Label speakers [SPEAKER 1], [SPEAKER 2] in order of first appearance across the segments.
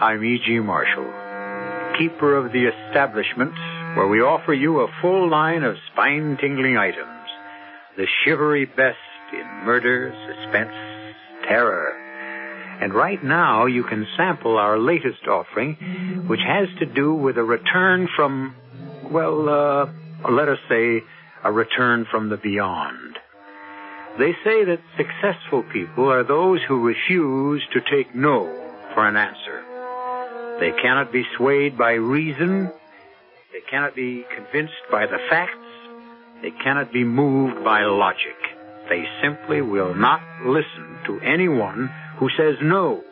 [SPEAKER 1] I'm E.G. Marshall, keeper of the establishment where we offer you a full line of spine tingling items, the shivery best in murder, suspense, terror. And right now you can sample our latest offering, which has to do with a return from, well, uh, let us say, a return from the beyond. They say that successful people are those who refuse to take no for an answer. They cannot be swayed by reason. They cannot be convinced by the facts. They cannot be moved by logic. They simply will not listen to anyone who says no,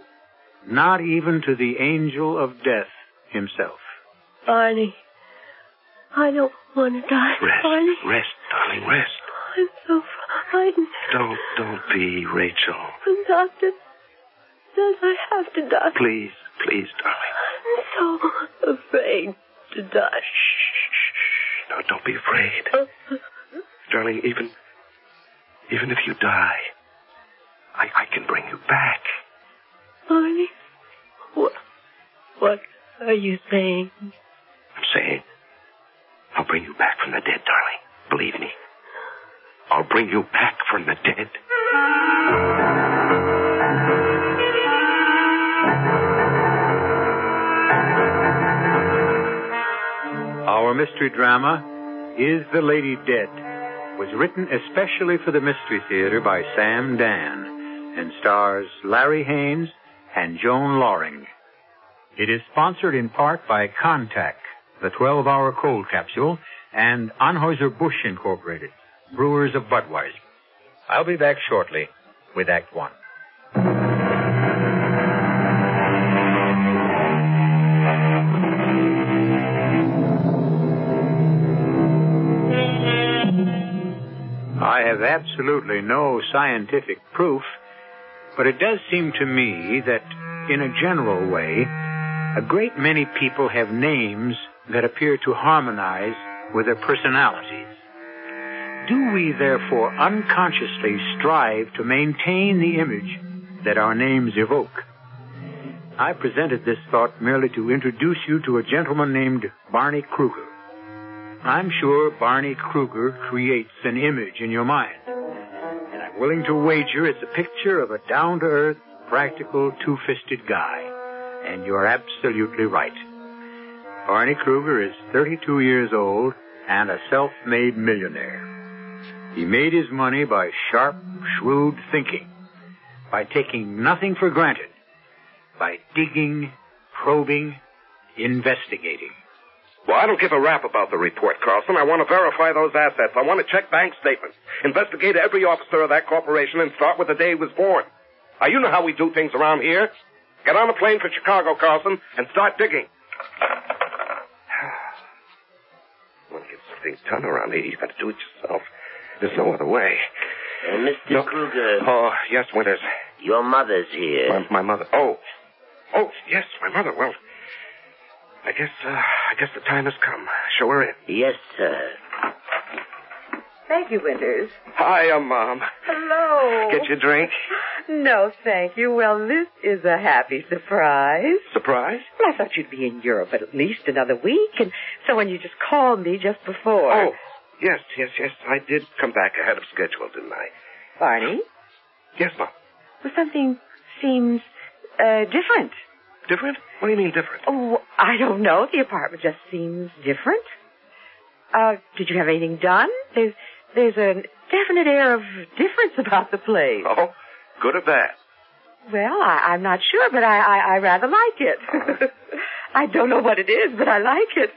[SPEAKER 1] not even to the angel of death himself.
[SPEAKER 2] Barney, I don't want to die.
[SPEAKER 3] Rest,
[SPEAKER 2] Barney,
[SPEAKER 3] rest, darling, rest.
[SPEAKER 2] I'm so frightened.
[SPEAKER 3] Don't, don't be, Rachel.
[SPEAKER 2] The doctor says I have to die.
[SPEAKER 3] Please, please, darling.
[SPEAKER 2] I'm so afraid to die.
[SPEAKER 3] No, don't be afraid. Darling, even even if you die, I, I can bring you back.
[SPEAKER 2] Barney, what, what are you saying?
[SPEAKER 3] I'm saying I'll bring you back from the dead, darling. Believe me. I'll bring you back from the dead.
[SPEAKER 1] Our mystery drama, Is the Lady Dead, was written especially for the Mystery Theater by Sam Dan and stars Larry Haynes and Joan Loring. It is sponsored in part by Contact, the 12 hour cold capsule, and Anheuser Busch Incorporated, brewers of Budweiser. I'll be back shortly with Act One. I have absolutely no scientific proof, but it does seem to me that, in a general way, a great many people have names that appear to harmonize with their personalities. Do we therefore unconsciously strive to maintain the image that our names evoke? I presented this thought merely to introduce you to a gentleman named Barney Kruger. I'm sure Barney Kruger creates an image in your mind. And I'm willing to wager it's a picture of a down to earth, practical, two fisted guy. And you're absolutely right. Barney Kruger is 32 years old and a self made millionaire. He made his money by sharp, shrewd thinking, by taking nothing for granted, by digging, probing, investigating.
[SPEAKER 4] Well, I don't give a rap about the report, Carlson. I want to verify those assets. I want to check bank statements, investigate every officer of that corporation, and start with the day he was born. Now, you know how we do things around here. Get on a plane for Chicago, Carlson, and start digging. want to get something done around here. You've got to do it yourself. There's no other way.
[SPEAKER 5] Uh, Mr.
[SPEAKER 4] No.
[SPEAKER 5] Kruger,
[SPEAKER 4] Oh, yes, Winters.
[SPEAKER 5] your mother's here.
[SPEAKER 4] My, my mother. Oh. Oh, yes, my mother. Well, I guess, uh, I guess the time has come. Show her in.
[SPEAKER 5] Yes, sir.
[SPEAKER 6] Thank you, Winters.
[SPEAKER 4] Hiya, Mom.
[SPEAKER 6] Hello.
[SPEAKER 4] um, Get your drink.
[SPEAKER 6] No, thank you. Well, this is a happy surprise.
[SPEAKER 4] Surprise?
[SPEAKER 6] Well, I thought you'd be in Europe at least another week, and so when you just called me just before.
[SPEAKER 4] Oh, yes, yes, yes. I did come back ahead of schedule, didn't I?
[SPEAKER 6] Barney,
[SPEAKER 4] Yes, Mom.
[SPEAKER 6] well, something seems uh, different.
[SPEAKER 4] Different? What do you mean different?
[SPEAKER 6] Oh, I don't know. The apartment just seems different. Uh, did you have anything done? There's there's a definite air of difference about the place.
[SPEAKER 4] Oh, good or bad?
[SPEAKER 6] Well, I, I'm not sure, but I, I, I rather like it. I don't know what it is, but I like it.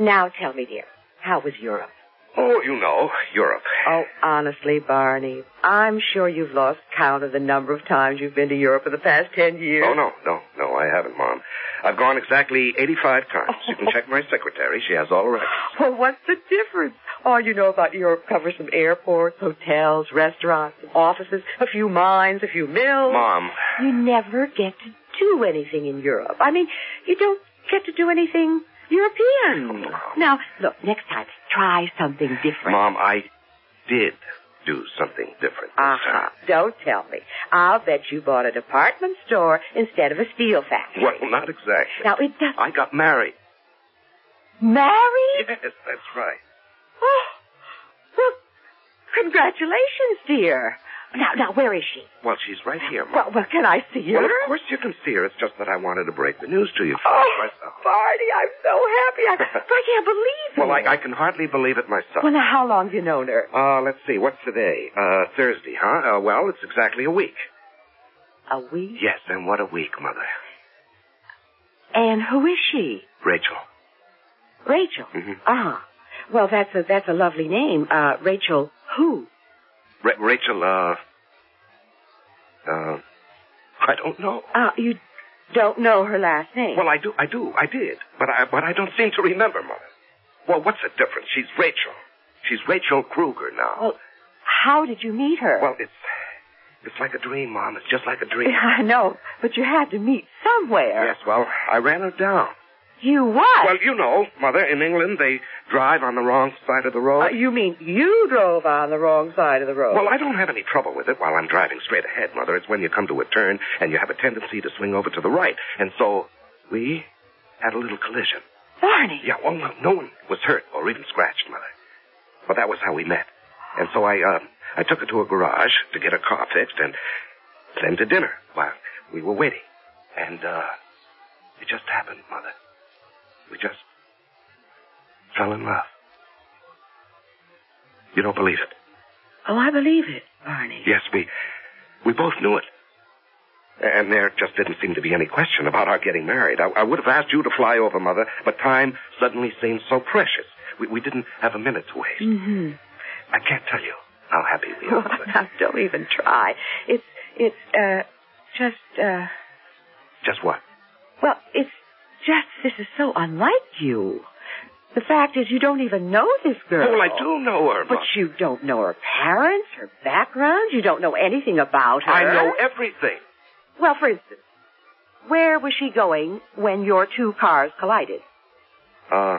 [SPEAKER 6] Now tell me, dear, how was Europe?
[SPEAKER 4] Oh, you know, Europe.
[SPEAKER 6] Oh, honestly, Barney, I'm sure you've lost count of the number of times you've been to Europe in the past ten years.
[SPEAKER 4] Oh, no, no, no, I haven't, Mom. I've gone exactly 85 times. You can check my secretary. She has all the records.
[SPEAKER 6] Well, what's the difference? All you know about Europe covers some airports, hotels, restaurants, offices, a few mines, a few mills.
[SPEAKER 4] Mom,
[SPEAKER 6] You never get to do anything in Europe. I mean, you don't get to do anything
[SPEAKER 4] Oh,
[SPEAKER 6] European. Now, look, next time, try something different.
[SPEAKER 4] Mom, I did do something different. this
[SPEAKER 5] Uh-huh.
[SPEAKER 4] time.
[SPEAKER 5] Don't tell me. I'll bet you bought a department store instead of a steel factory.
[SPEAKER 4] Well, not exactly.
[SPEAKER 5] Now, it does...
[SPEAKER 4] I got married.
[SPEAKER 5] Married?
[SPEAKER 4] Yes, that's right.
[SPEAKER 5] Oh, well, congratulations, dear. Now, now, where is she?
[SPEAKER 4] Well, she's right here, Mom.
[SPEAKER 5] Well, well, can I see her?
[SPEAKER 4] Well, of course you can see her. It's just that I wanted to break the news to you first
[SPEAKER 5] Oh,
[SPEAKER 4] myself.
[SPEAKER 5] Barney, I'm so happy. I, I can't believe it.
[SPEAKER 4] Well, I, I can hardly believe it myself.
[SPEAKER 5] Well, now, how long have you known her?
[SPEAKER 4] Uh, let's see. What's today? Uh, Thursday, huh? Uh, well, it's exactly a week.
[SPEAKER 5] A week.
[SPEAKER 4] Yes, and what a week, Mother.
[SPEAKER 5] And who is she?
[SPEAKER 4] Rachel.
[SPEAKER 5] Rachel.
[SPEAKER 4] Mhm.
[SPEAKER 5] Ah. Well, that's a that's a lovely name. Uh, Rachel who?
[SPEAKER 4] Ra- Rachel, uh, uh, I don't know.
[SPEAKER 5] Uh, you don't know her last name.
[SPEAKER 4] Well, I do, I do, I did, but I, but I don't seem to remember, Mother. Well, what's the difference? She's Rachel. She's Rachel Kruger now.
[SPEAKER 5] Well, how did you meet her?
[SPEAKER 4] Well, it's, it's like a dream, Mom. It's just like a dream.
[SPEAKER 5] I know, but you had to meet somewhere.
[SPEAKER 4] Yes, well, I ran her down.
[SPEAKER 5] You what?
[SPEAKER 4] Well, you know, Mother, in England they drive on the wrong side of the road.
[SPEAKER 5] Uh, you mean you drove on the wrong side of the road?
[SPEAKER 4] Well, I don't have any trouble with it while I'm driving straight ahead, Mother. It's when you come to a turn and you have a tendency to swing over to the right. And so we had a little collision.
[SPEAKER 5] Barney.
[SPEAKER 4] Yeah, well, no, no one was hurt or even scratched, Mother. But that was how we met. And so I, uh, I took her to a garage to get her car fixed and then to dinner while we were waiting. And, uh, it just happened, Mother. We just fell in love. You don't believe it?
[SPEAKER 5] Oh, I believe it, Barney.
[SPEAKER 4] Yes, we we both knew it. And there just didn't seem to be any question about our getting married. I, I would have asked you to fly over, Mother, but time suddenly seemed so precious. We, we didn't have a minute to waste.
[SPEAKER 5] Mm-hmm.
[SPEAKER 4] I can't tell you how happy we
[SPEAKER 5] Oh,
[SPEAKER 4] are. Mother.
[SPEAKER 5] now, don't even try. It's it's uh just uh
[SPEAKER 4] Just what?
[SPEAKER 5] well, it's just this is so unlike you. The fact is you don't even know this girl.
[SPEAKER 4] Well, I do know her,
[SPEAKER 5] But
[SPEAKER 4] Mother.
[SPEAKER 5] you don't know her parents, her background, you don't know anything about her.
[SPEAKER 4] I know everything.
[SPEAKER 5] Well, for instance, where was she going when your two cars collided?
[SPEAKER 4] Uh,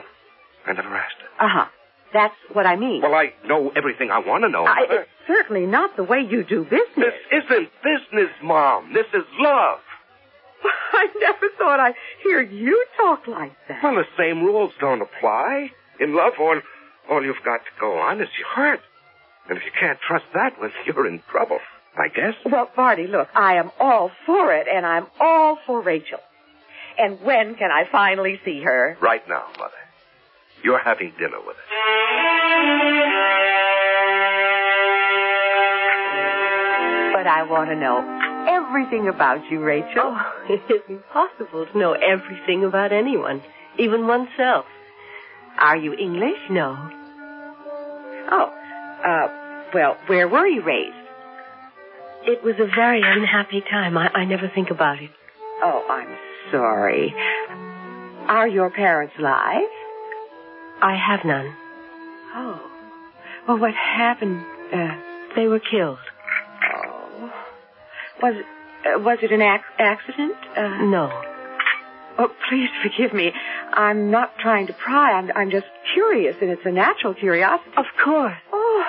[SPEAKER 4] I never asked her.
[SPEAKER 5] Uh-huh. That's what I mean.
[SPEAKER 4] Well, I know everything I want to know,
[SPEAKER 5] I,
[SPEAKER 4] Mother.
[SPEAKER 5] it's certainly not the way you do business.
[SPEAKER 4] This isn't business, Mom. This is love.
[SPEAKER 5] I never thought I'd hear you talk like that.
[SPEAKER 4] Well, the same rules don't apply. In love, all, all you've got to go on is your heart. And if you can't trust that, well, you're in trouble, I guess.
[SPEAKER 5] Well, Barty, look, I am all for it, and I'm all for Rachel. And when can I finally see her?
[SPEAKER 4] Right now, Mother. You're having dinner with us.
[SPEAKER 5] But I want to know everything about you, Rachel.
[SPEAKER 6] Oh, it is impossible to know everything about anyone, even oneself.
[SPEAKER 5] Are you English?
[SPEAKER 6] No.
[SPEAKER 5] Oh, uh, well, where were you raised?
[SPEAKER 6] It was a very unhappy time. I, I never think about it.
[SPEAKER 5] Oh, I'm sorry. Are your parents alive?
[SPEAKER 6] I have none.
[SPEAKER 5] Oh. Well, what happened? Uh,
[SPEAKER 6] They were killed.
[SPEAKER 5] oh. Was it, uh, was it an ac- accident? Uh,
[SPEAKER 6] No.
[SPEAKER 5] Oh, please forgive me. I'm not trying to pry. I'm, I'm just curious, and it's a natural curiosity.
[SPEAKER 6] Of course.
[SPEAKER 5] Oh,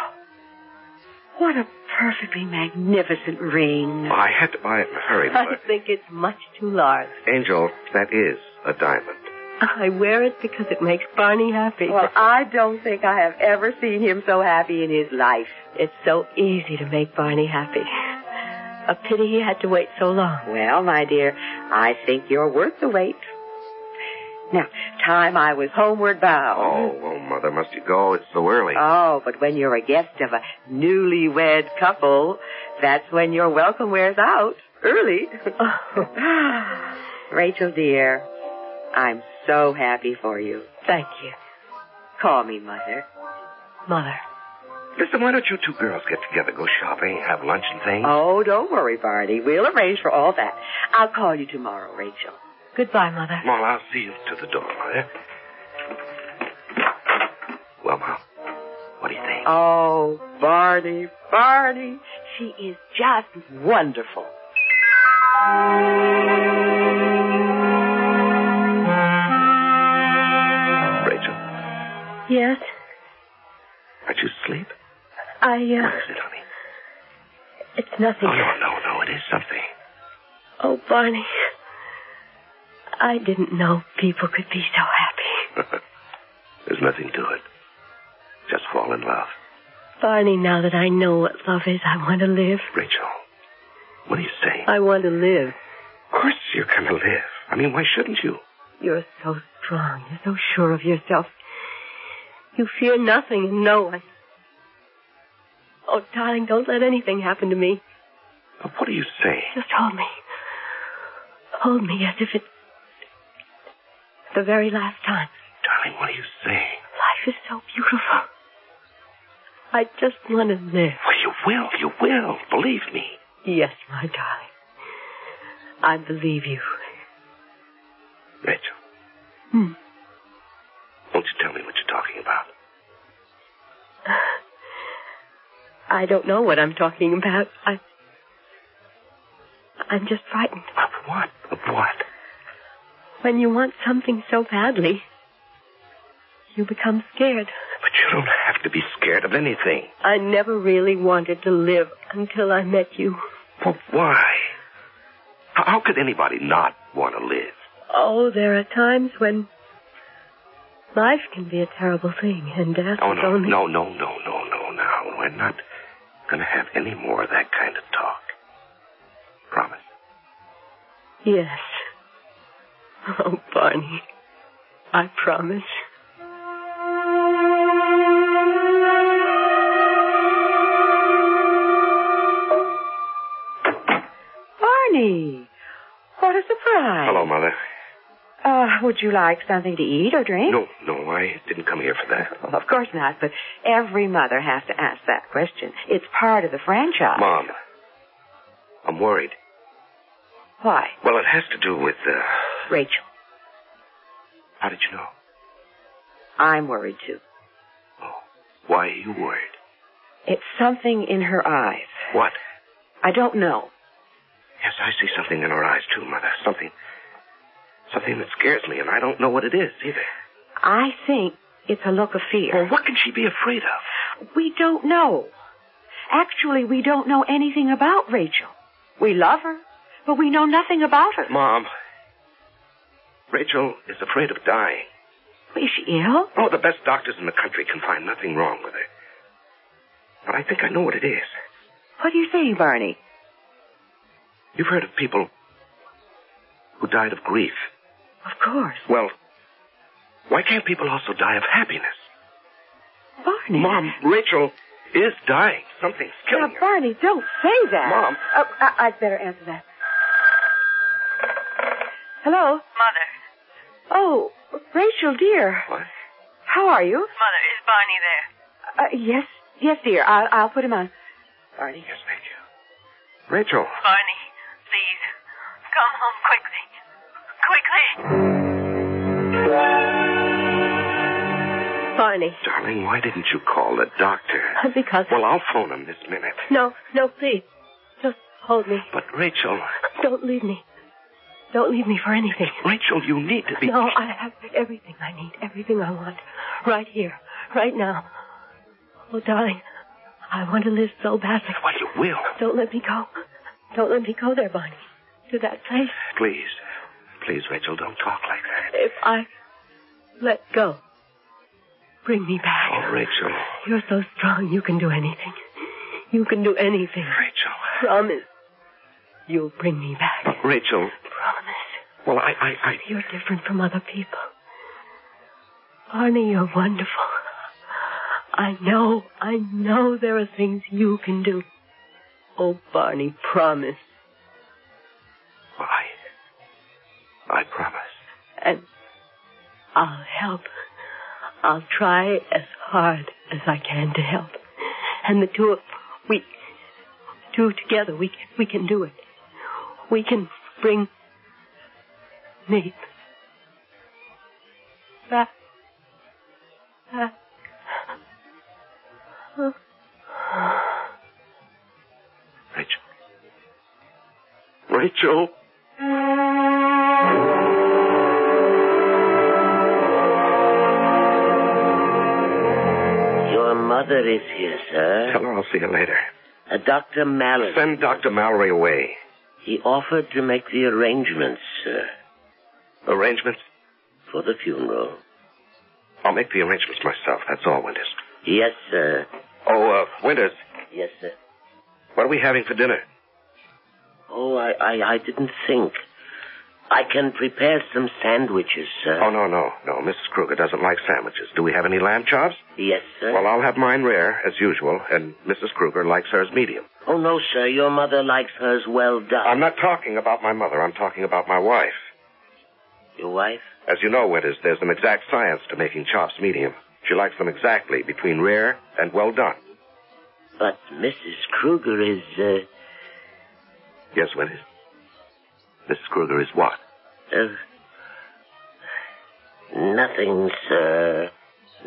[SPEAKER 5] what a perfectly magnificent ring.
[SPEAKER 4] I had to buy it in a hurry,
[SPEAKER 6] I
[SPEAKER 4] Mother.
[SPEAKER 6] think it's much too large.
[SPEAKER 4] Angel, that is a diamond.
[SPEAKER 6] I wear it because it makes Barney happy.
[SPEAKER 5] Well, I don't think I have ever seen him so happy in his life.
[SPEAKER 6] it's so easy to make Barney happy. A pity he had to wait so long.
[SPEAKER 5] Well, my dear, I think you're worth the wait. Now, time I was homeward bound.
[SPEAKER 4] Oh, oh, Mother, must you go? It's so early.
[SPEAKER 5] Oh, but when you're a guest of a newlywed couple, that's when your welcome wears out. Early.
[SPEAKER 6] Oh,
[SPEAKER 5] Rachel, dear, I'm so happy for you.
[SPEAKER 6] Thank you,
[SPEAKER 5] Call me mother.
[SPEAKER 6] Mother.
[SPEAKER 4] Listen, why don't you two girls get together, go shopping, have lunch and things?
[SPEAKER 5] Oh, don't worry, Barney. We'll arrange for all that. I'll call you tomorrow, Rachel.
[SPEAKER 6] Goodbye, Mother.
[SPEAKER 4] Well, I'll see you to the door, Mother. Well, Mom, what do you think?
[SPEAKER 5] Oh, Barney, Barney. She is just wonderful.
[SPEAKER 4] Rachel,
[SPEAKER 6] Yes.
[SPEAKER 4] aren't you asleep?
[SPEAKER 6] I, uh,
[SPEAKER 4] What is it, honey?
[SPEAKER 6] it's nothing.
[SPEAKER 4] Oh, no, no, no. It is something.
[SPEAKER 6] Oh, Barney, I didn't know people could be so happy.
[SPEAKER 4] There's nothing to it. Just fall in love.
[SPEAKER 6] Barney, now that I know what love is, I want to live.
[SPEAKER 4] Rachel, what are you saying?
[SPEAKER 6] I want to live.
[SPEAKER 4] Of course you're going to live. I mean, why shouldn't you?
[SPEAKER 6] You're so strong. You're so sure of yourself. You fear nothing and no one. Oh, darling, don't let anything happen to me.
[SPEAKER 4] But What are you saying?
[SPEAKER 6] Just hold me. Hold me as if it's the very last time.
[SPEAKER 4] Darling, what are you saying?
[SPEAKER 6] Life is so beautiful. I just want to live.
[SPEAKER 4] Well, you will. You will. Believe me.
[SPEAKER 6] Yes, my darling. I believe you.
[SPEAKER 4] Rachel,
[SPEAKER 6] Hmm.
[SPEAKER 4] won't you tell me what you're talking about?
[SPEAKER 6] I don't know what I'm talking about. I. I'm just frightened.
[SPEAKER 4] Of what? Of what?
[SPEAKER 6] When you want something so badly, you become scared.
[SPEAKER 4] But you don't have to be scared of anything.
[SPEAKER 6] I never really wanted to live until I met you.
[SPEAKER 4] Well, why? How, how could anybody not want to live?
[SPEAKER 6] Oh, there are times when life can be a terrible thing, and death
[SPEAKER 4] Oh,
[SPEAKER 6] is
[SPEAKER 4] no,
[SPEAKER 6] only.
[SPEAKER 4] no, no, no, no, no, no. We're not going to have any more of that kind of talk. Promise.
[SPEAKER 6] Yes. Oh, Barney, I promise.
[SPEAKER 5] Barney, what a surprise.
[SPEAKER 4] Hello, Mother.
[SPEAKER 5] Uh, would you like something to eat or drink?
[SPEAKER 4] No, no, I didn't come here for that.
[SPEAKER 5] Well, of course not, but every mother has to ask that question. It's part of the franchise.
[SPEAKER 4] Mom, I'm worried.
[SPEAKER 5] Why?
[SPEAKER 4] Well, it has to do with, uh,
[SPEAKER 5] Rachel,
[SPEAKER 4] how did you know?
[SPEAKER 5] I'm worried too.
[SPEAKER 4] Oh, why are you worried?
[SPEAKER 5] It's something in her eyes.
[SPEAKER 4] What?
[SPEAKER 5] I don't know.
[SPEAKER 4] Yes, I see something in her eyes, too, Mother. Something, something that scares me, and I don't know what it is either.
[SPEAKER 5] I think it's a look of fear.
[SPEAKER 4] Well, what can she be afraid of?
[SPEAKER 5] We don't know. Actually, we don't know anything about Rachel. We love her, but we know nothing about her.
[SPEAKER 4] Mom, Rachel is afraid of dying.
[SPEAKER 5] Is she ill?
[SPEAKER 4] Oh, the best doctors in the country can find nothing wrong with her. But I think I know what it is.
[SPEAKER 5] What do you say, Barney?
[SPEAKER 4] You've heard of people who died of grief.
[SPEAKER 5] Of course.
[SPEAKER 4] Well, why can't people also die of happiness?
[SPEAKER 5] Barney.
[SPEAKER 4] Mom, Rachel is dying. Something's
[SPEAKER 5] Now,
[SPEAKER 4] killing her.
[SPEAKER 5] Barney, don't say that.
[SPEAKER 4] Mom.
[SPEAKER 5] Oh, I- I'd better answer that. Hello?
[SPEAKER 7] Mother.
[SPEAKER 5] Oh, Rachel, dear.
[SPEAKER 4] What?
[SPEAKER 5] How are you?
[SPEAKER 7] Mother, is Barney there?
[SPEAKER 5] Uh, yes, yes, dear. I'll, I'll put him on. Barney.
[SPEAKER 4] Yes, thank you. Rachel.
[SPEAKER 7] Barney, please. Come home quickly. Quickly.
[SPEAKER 6] Barney,
[SPEAKER 4] Darling, why didn't you call the doctor?
[SPEAKER 6] because.
[SPEAKER 4] Well, I'll phone him this minute.
[SPEAKER 6] No, no, please. Just hold me.
[SPEAKER 4] But Rachel,
[SPEAKER 6] Don't leave me. Don't leave me for anything.
[SPEAKER 4] Rachel, you need to be.
[SPEAKER 6] No, I have everything I need, everything I want, right here, right now. Oh, darling, I want to live so badly.
[SPEAKER 4] Well, you will.
[SPEAKER 6] Don't let me go. Don't let me go there, Barney. To that place.
[SPEAKER 4] Please, please, Rachel, don't talk like that.
[SPEAKER 6] If I let go, bring me back.
[SPEAKER 4] Oh, Rachel,
[SPEAKER 6] You're so strong, you can do anything. You can do anything.
[SPEAKER 4] Rachel,
[SPEAKER 6] Promise. You'll bring me back.
[SPEAKER 4] Rachel.
[SPEAKER 6] Promise.
[SPEAKER 4] Well, I, I, I.
[SPEAKER 6] You're different from other people. Barney, you're wonderful. I know, I know there are things you can do. Oh, Barney, promise.
[SPEAKER 4] Well, I, I promise.
[SPEAKER 6] And I'll help. I'll try as hard as I can to help. And the two of we two together we we can do it. We can bring me back. back.
[SPEAKER 4] Rachel. Rachel.
[SPEAKER 8] Your mother
[SPEAKER 9] mother is here, sir.
[SPEAKER 4] Tell her I'll see her later.
[SPEAKER 9] Uh, Dr. Mallet.
[SPEAKER 4] Send Dr. Mallory away.
[SPEAKER 9] He offered to make the arrangements, sir,
[SPEAKER 4] Arrangements?
[SPEAKER 9] for the funeral.
[SPEAKER 4] I'll make the arrangements myself. That's all, Winters.
[SPEAKER 9] Yes, sir.
[SPEAKER 4] Oh, uh, Winters,
[SPEAKER 9] Yes, sir.
[SPEAKER 4] what are we having for dinner?
[SPEAKER 9] Oh, I, I, I didn't think. I can prepare some sandwiches, sir.
[SPEAKER 4] Oh, no, no, no. Mrs. Kruger doesn't like sandwiches. Do we have any lamb chops?
[SPEAKER 9] Yes, sir.
[SPEAKER 4] Well, I'll have mine rare, as usual, and Mrs. Kruger likes hers medium.
[SPEAKER 9] oh, no, sir. Your mother likes hers well done.
[SPEAKER 4] I'm not talking about my mother. I'm talking about my wife.
[SPEAKER 9] Your wife?
[SPEAKER 4] As you know, Winters, there's an exact science to making chops medium. She likes them exactly between rare and well done.
[SPEAKER 9] But Mrs. Kruger is, uh,
[SPEAKER 4] Yes, Winters? Mrs. Kruger is what?
[SPEAKER 9] uh, nothing, sir.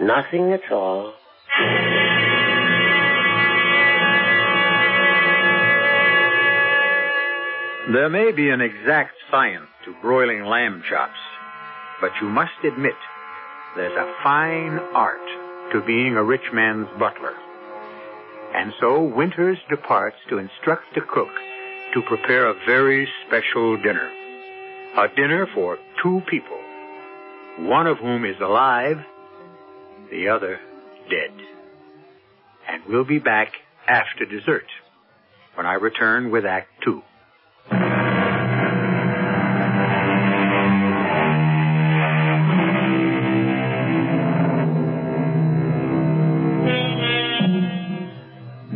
[SPEAKER 9] Nothing at all.
[SPEAKER 1] There may be an exact science to broiling lamb chops, but you must admit there's a fine art to being a rich man's butler. And so Winters departs to instruct the cook to prepare a very special dinner. A dinner for two people, one of whom is alive, the other dead. And we'll be back after dessert when I return with Act Two.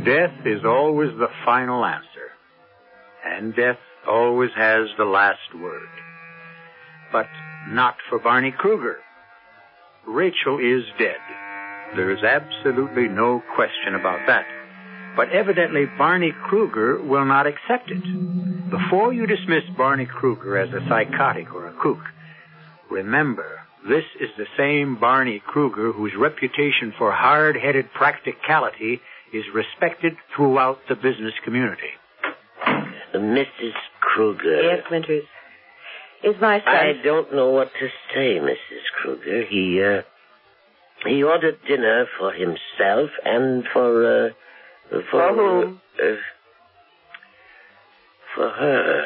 [SPEAKER 1] Death is always the final answer. And death always has the last word. But not for Barney Kruger. Rachel is dead. There is absolutely no question about that. But evidently Barney Kruger will not accept it. Before you dismiss Barney Kruger as a psychotic or a kook, remember this is the same Barney Kruger whose reputation for hard-headed practicality is respected throughout the business community.
[SPEAKER 9] Mrs. Kruger.
[SPEAKER 5] Yes, Winters. Is my son.
[SPEAKER 9] I don't know what to say, Mrs. Kruger. He, uh, he ordered dinner for himself and for, uh, for,
[SPEAKER 5] For whom?
[SPEAKER 9] Uh, for her.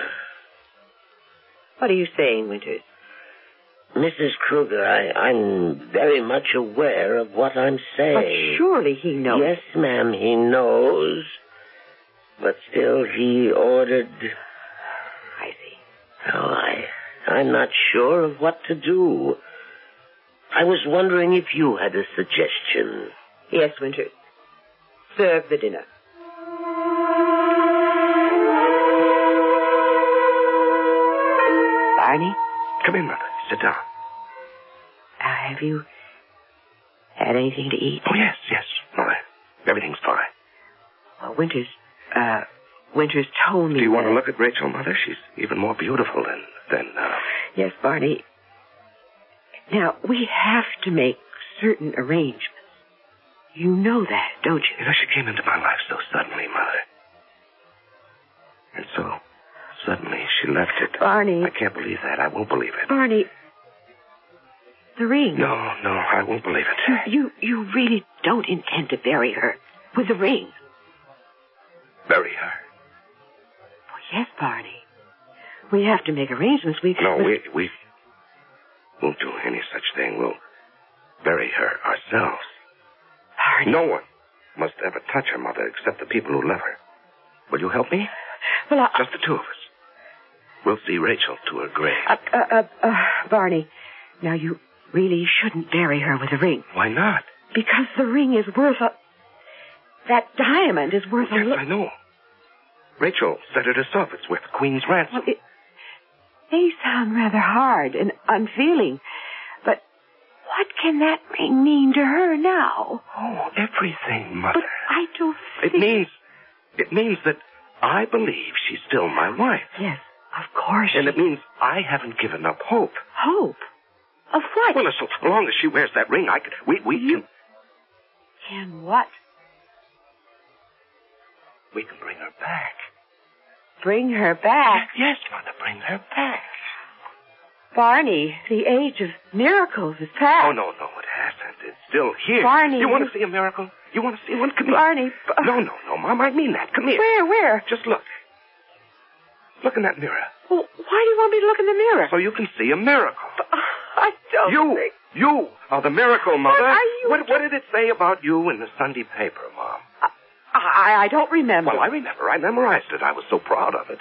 [SPEAKER 5] What are you saying, Winters?
[SPEAKER 9] Mrs. Kruger, I, I'm very much aware of what I'm saying.
[SPEAKER 5] But surely he knows.
[SPEAKER 9] Yes, ma'am, he knows. But still, he ordered.
[SPEAKER 5] I see.
[SPEAKER 9] Oh, I, I'm not sure of what to do. I was wondering if you had a suggestion.
[SPEAKER 5] Yes, Winters. Serve the dinner. Barney,
[SPEAKER 4] Come in, Mother. Sit down.
[SPEAKER 5] uh, have you had anything to eat?
[SPEAKER 4] Oh, yes, yes, Mother. Everything's fine.
[SPEAKER 5] Uh, Winters, uh, Winters told me.
[SPEAKER 4] Do you want
[SPEAKER 5] that-
[SPEAKER 4] to look at Rachel, Mother? She's even more beautiful than than. Uh...
[SPEAKER 5] Yes, Barney. Now, we have to make certain arrangements. You know that, don't
[SPEAKER 4] You
[SPEAKER 5] you?
[SPEAKER 4] know, she came into my life so suddenly, Mother. And so suddenly she left it.
[SPEAKER 5] Barney.
[SPEAKER 4] I can't believe that. I won't believe it.
[SPEAKER 5] Barney. The ring.
[SPEAKER 4] No, no, I won't believe it.
[SPEAKER 5] You, you really don't intend to bury her with the ring.
[SPEAKER 4] Bury her.
[SPEAKER 5] Oh, yes, Barney. We have to make arrangements. We
[SPEAKER 4] No, we we won't do any such thing. We'll bury her ourselves.
[SPEAKER 5] Barney.
[SPEAKER 4] No one must ever touch her, Mother, except the people who love her. Will you help me?
[SPEAKER 5] Well, uh, I,
[SPEAKER 4] Just the two of us. We'll see Rachel to her grave.
[SPEAKER 5] uh, uh, uh, uh, Barney. Now you really shouldn't bury her with a ring
[SPEAKER 4] Why not?
[SPEAKER 5] because the ring is worth a. That diamond is worth
[SPEAKER 4] Yes,
[SPEAKER 5] a. lo-
[SPEAKER 4] I know. Rachel said it herself. It's worth the Queen's ransom.
[SPEAKER 5] Well, it, they sound rather hard and unfeeling, but what can that ring mean to her now?
[SPEAKER 4] Oh, everything,
[SPEAKER 5] But
[SPEAKER 4] Mother.
[SPEAKER 5] I don't
[SPEAKER 4] It
[SPEAKER 5] think...
[SPEAKER 4] means it means that I believe she's still my wife.
[SPEAKER 5] Yes, of course.
[SPEAKER 4] And it means I haven't given up hope.
[SPEAKER 5] Hope. Of what?
[SPEAKER 4] Well, so long as she wears that ring, I could we we
[SPEAKER 5] Mm-hmm.
[SPEAKER 4] can
[SPEAKER 5] can what?
[SPEAKER 4] we can bring her back.
[SPEAKER 5] Bring her back.
[SPEAKER 4] Yes, Mother, bring her back.
[SPEAKER 5] Barney, the age of miracles is past.
[SPEAKER 4] Oh no, no, it hasn't. It's still here.
[SPEAKER 5] Barney.
[SPEAKER 4] You want to see a miracle? You want to see
[SPEAKER 5] Oh,
[SPEAKER 4] one? Come here.
[SPEAKER 5] Barney. Bar-
[SPEAKER 4] No, no, no, Mom. I mean that. Come here.
[SPEAKER 5] Where, where?
[SPEAKER 4] Just look. Look in that mirror.
[SPEAKER 5] Well, why do you want me to look in the mirror?
[SPEAKER 4] So you can see a miracle.
[SPEAKER 5] I don't
[SPEAKER 4] you,
[SPEAKER 5] think.
[SPEAKER 4] you are the miracle mother.
[SPEAKER 5] What are you-
[SPEAKER 4] What, what did it say about you in the Sunday paper, Mom?
[SPEAKER 5] I, I don't remember.
[SPEAKER 4] Well, I remember. I memorized it. I was so proud of it.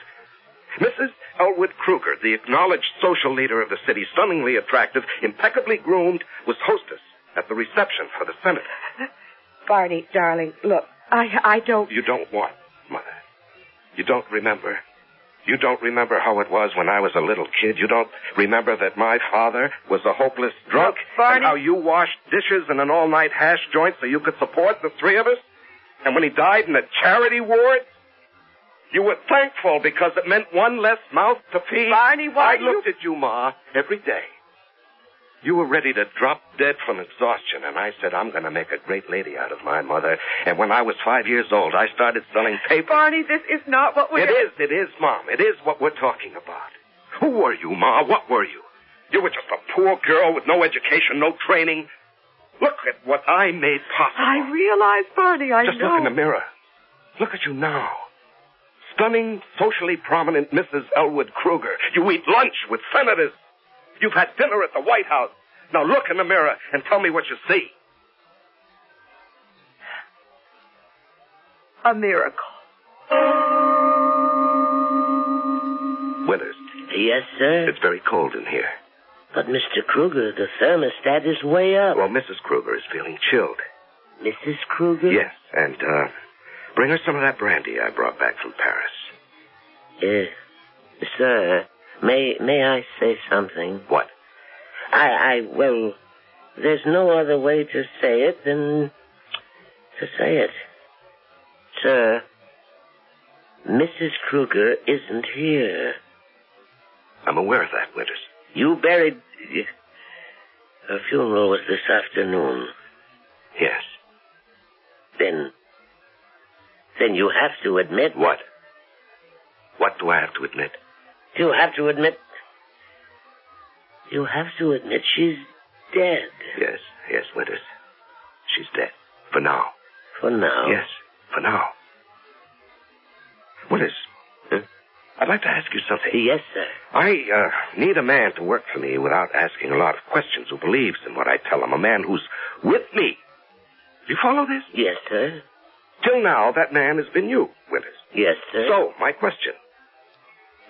[SPEAKER 4] Mrs. Elwood Kruger, the acknowledged social leader of the city, stunningly attractive, impeccably groomed, was hostess at the reception for the senator.
[SPEAKER 5] Barney, darling, look, I, I don't.
[SPEAKER 4] You don't want, Mother. You don't remember. You don't remember how it was when I was a little kid. You don't remember that my father was a hopeless drunk and how you washed dishes in an all-night hash joint so you could support the three of us. And when he died in a charity ward, you were thankful because it meant one less mouth to feed.
[SPEAKER 5] Barney, why
[SPEAKER 4] I
[SPEAKER 5] do
[SPEAKER 4] looked at you, Ma, every day. You were ready to drop dead from exhaustion, and I said, I'm going to make a great lady out of my mother. And when I was five years old, I started selling paper.
[SPEAKER 5] Barney, this is not what we're.
[SPEAKER 4] It is, it is, Mom. It is what we're talking about. Who were you, Ma? What were you? You were just a poor girl with no education, no training. Look at what I made possible.
[SPEAKER 5] I realize, Barney, I
[SPEAKER 4] Just
[SPEAKER 5] know.
[SPEAKER 4] look in the mirror. Look at you now. Stunning, socially prominent Mrs. Elwood Kruger. You eat lunch with senators. You've had dinner at the White House. Now look in the mirror and tell me what you see.
[SPEAKER 5] A miracle.
[SPEAKER 4] Withers,
[SPEAKER 9] Yes, sir.
[SPEAKER 4] it's very cold in here.
[SPEAKER 9] But, Mr. Kruger, the thermostat is way up.
[SPEAKER 4] Well, Mrs. Kruger is feeling chilled.
[SPEAKER 9] Mrs. Kruger?
[SPEAKER 4] Yes, and uh, bring her some of that brandy I brought back from Paris.
[SPEAKER 9] Eh, sir, may, may I say something?
[SPEAKER 4] What?
[SPEAKER 9] I, I, well, there's no other way to say it than to say it. Sir, Mrs. Kruger isn't here.
[SPEAKER 4] I'm aware of that, Winters.
[SPEAKER 9] You buried. Her funeral was this afternoon.
[SPEAKER 4] Yes.
[SPEAKER 9] Then. Then you have to admit.
[SPEAKER 4] What? What do I have to admit?
[SPEAKER 9] You have to admit. You have to admit she's dead.
[SPEAKER 4] Yes, yes, Winters. She's dead. For now.
[SPEAKER 9] For now.
[SPEAKER 4] Yes, for now. Willis,
[SPEAKER 9] Huh?
[SPEAKER 4] I'd like to ask you something.
[SPEAKER 9] Yes, sir.
[SPEAKER 4] I uh, need a man to work for me without asking a lot of questions, who believes in what I tell him, a man who's with me. You follow this?
[SPEAKER 9] Yes, sir.
[SPEAKER 4] Till now, that man has been you, Winters.
[SPEAKER 9] Yes, sir.
[SPEAKER 4] So, my question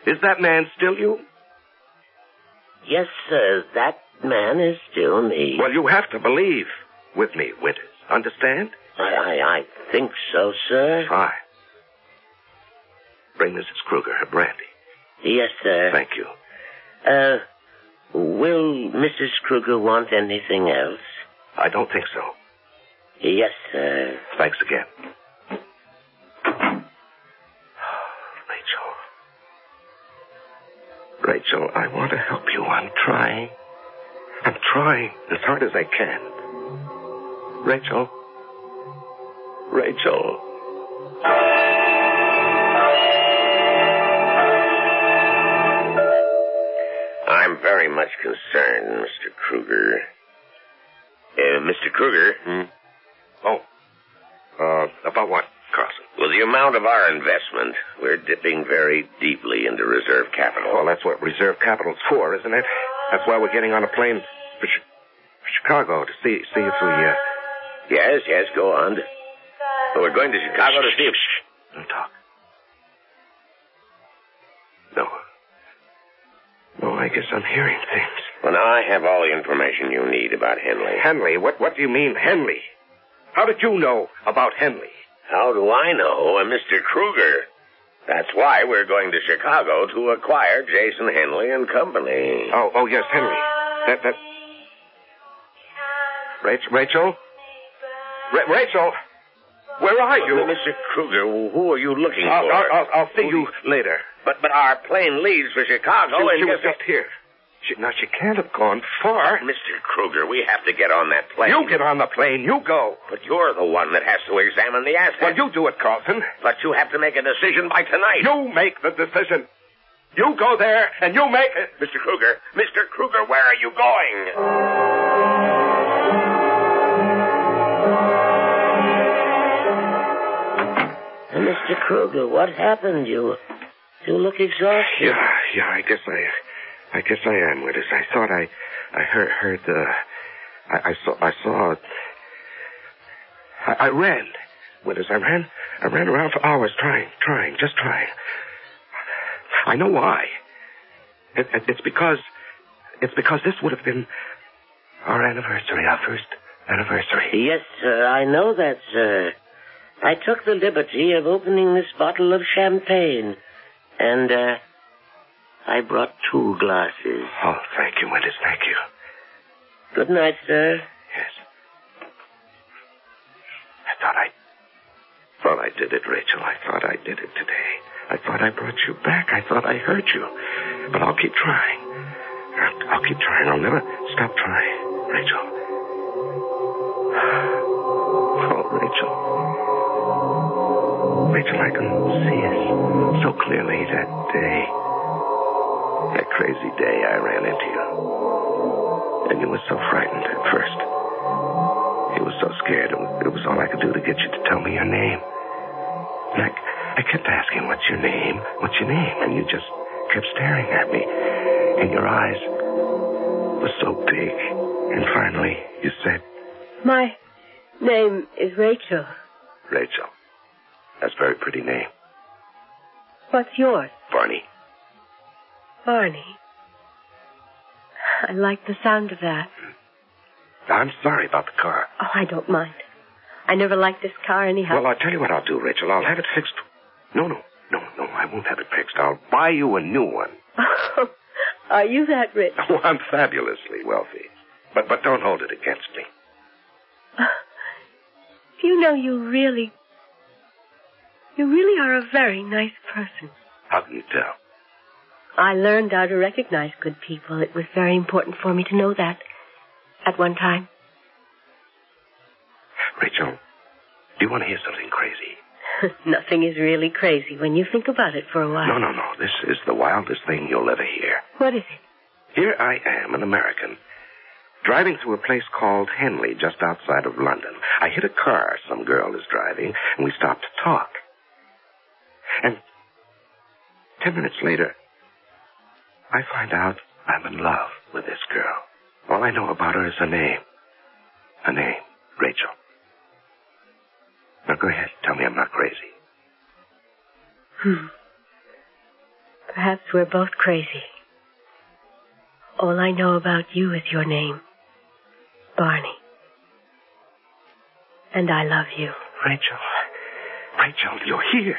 [SPEAKER 4] is that man still you?
[SPEAKER 9] Yes, sir. That man is still me.
[SPEAKER 4] Well, you have to believe with me, Winters. Understand?
[SPEAKER 9] I, I, I think so, sir.
[SPEAKER 4] Fine. Bring Mrs. Kruger her brandy.
[SPEAKER 9] Yes, sir.
[SPEAKER 4] Thank you.
[SPEAKER 9] Uh, will Mrs. Kruger want anything else?
[SPEAKER 4] I don't think so.
[SPEAKER 9] Yes, sir.
[SPEAKER 4] Thanks again. Rachel. Rachel, I want to help you. I'm trying. I'm trying as hard as I can. Rachel. Rachel.
[SPEAKER 9] I'm very much concerned, Mr. Kruger. Uh, Mr. Kruger,
[SPEAKER 4] Oh. Uh, about what, Carlson?
[SPEAKER 9] well, the amount of our investment, we're dipping very deeply into reserve
[SPEAKER 4] Well,
[SPEAKER 9] capital.
[SPEAKER 4] that's what reserve capital's for, isn't it? That's why we're getting on a plane for, Chi- for Chicago to see see if we. Uh...
[SPEAKER 9] Yes, yes, go on. We're going to Chicago to see if...
[SPEAKER 4] Don't talk. No. No, I guess I'm hearing things.
[SPEAKER 9] Well, now I have all the information you need about Henley.
[SPEAKER 4] Henley, what what do you mean, Henley? How did you know about Henley?
[SPEAKER 9] How do I know? And Mr. Kruger. That's why we're going to Chicago to acquire Jason Henley and Company.
[SPEAKER 4] Oh, oh yes, Henley. That that. Rachel, Rachel, Ra- Rachel, where are
[SPEAKER 9] Well,
[SPEAKER 4] you? Uh,
[SPEAKER 9] Mr. Kruger, who are you looking
[SPEAKER 4] I'll,
[SPEAKER 9] for?
[SPEAKER 4] I'll, I'll, I'll see you later.
[SPEAKER 9] But but our plane leaves for Chicago
[SPEAKER 4] She,
[SPEAKER 9] and
[SPEAKER 4] she was
[SPEAKER 9] guess-
[SPEAKER 4] just here. She, now she can't have gone far.
[SPEAKER 9] Mr. Kruger, we have to get on that plane.
[SPEAKER 4] You get on the plane. You go.
[SPEAKER 9] But you're the one that has to examine the assets.
[SPEAKER 4] Well, you do it, Carlson.
[SPEAKER 9] But you have to make a decision by tonight.
[SPEAKER 4] You make the decision. You go there and you make it.
[SPEAKER 9] Mr. Kruger, Mr. Kruger, where are you going?
[SPEAKER 5] Now, Mr. Kruger, what happened? You, you look exhausted.
[SPEAKER 4] Yeah, yeah, I guess I, I guess I am, Willis. I thought I, I heard, heard, uh, I, I saw, I saw, I, I ran, Willis. I ran, I ran around for hours trying, trying, just trying. I know why. It, it, it's because, it's because this would have been our anniversary, our first anniversary.
[SPEAKER 5] Yes, sir, I know that, sir. I took the liberty of opening this bottle of champagne, and, uh, I brought two glasses.
[SPEAKER 4] Oh, thank you, Willis. Thank you.
[SPEAKER 5] Good night, sir.
[SPEAKER 4] Yes. I thought I thought I did it, Rachel. I thought I did it today. I thought I brought you back. I thought I hurt you. But I'll keep trying. I'll, I'll keep trying. I'll never stop trying, Rachel. Oh, Rachel. Rachel, I can see it so clearly that day. That crazy day I ran into you. And you were so frightened at first. You were so scared. It was, it was all I could do to get you to tell me your name. And I, I kept asking, what's your name? What's your name? And you just kept staring at me. And your eyes were so big. And finally, you said,
[SPEAKER 6] My name is Rachel.
[SPEAKER 4] Rachel. That's a very pretty name.
[SPEAKER 6] What's yours?
[SPEAKER 4] Barney.
[SPEAKER 6] Barney. I like the sound of that.
[SPEAKER 4] I'm sorry about the car.
[SPEAKER 6] Oh, I don't mind. I never liked this car anyhow.
[SPEAKER 4] Well, I'll tell you what I'll do, Rachel. I'll have it fixed. No, no, no, no, I won't have it fixed. I'll buy you a new one.
[SPEAKER 6] Are you that rich?
[SPEAKER 4] Oh, I'm fabulously wealthy. But but don't hold it against me.
[SPEAKER 6] Do you know you really, you really are a very nice person.
[SPEAKER 4] How can you tell?
[SPEAKER 6] I learned how to recognize good people. It was very important for me to know that at one time.
[SPEAKER 4] Rachel, do you want to hear something crazy?
[SPEAKER 6] Nothing is really crazy when you think about it for a while.
[SPEAKER 4] No, no, no. This is the wildest thing you'll ever hear.
[SPEAKER 6] What is it?
[SPEAKER 4] Here I am, an American, driving through a place called Henley, just outside of London. I hit a car some girl is driving, and we stopped to talk. And ten minutes later, I find out I'm in love with this girl. All I know about her is her name. Her name, Rachel. Now go ahead, tell me I'm not crazy.
[SPEAKER 6] Hmm. Perhaps we're both crazy. All I know about you is your name, Barney. And I love you.
[SPEAKER 4] Rachel, Rachel, you're here.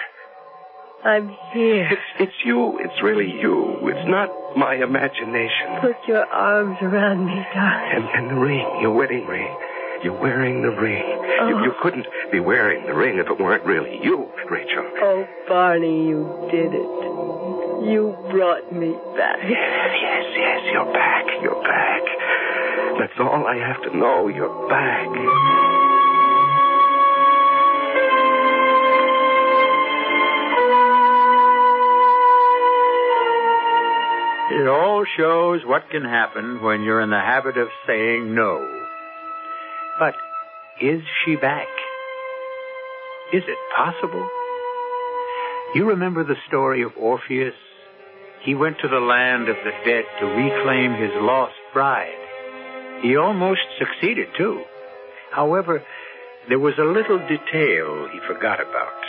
[SPEAKER 6] I'm here.
[SPEAKER 4] It's, it's you. It's really you. It's not my imagination.
[SPEAKER 6] Put your arms around me, darling.
[SPEAKER 4] And, and the ring, your wedding ring. You're wearing the ring. You,
[SPEAKER 6] Oh.
[SPEAKER 4] you couldn't be wearing the ring if it weren't really you, Rachel.
[SPEAKER 6] Oh, Barney, you did it. You brought me back.
[SPEAKER 4] Yes, yes, yes. You're back. You're back. That's all I have to know. You're back. Oh,
[SPEAKER 1] It all shows what can happen when you're in the habit of saying no. But is she back? Is it possible? You remember the story of Orpheus? He went to the land of the dead to reclaim his lost bride. He almost succeeded, too. However, there was a little detail he forgot about.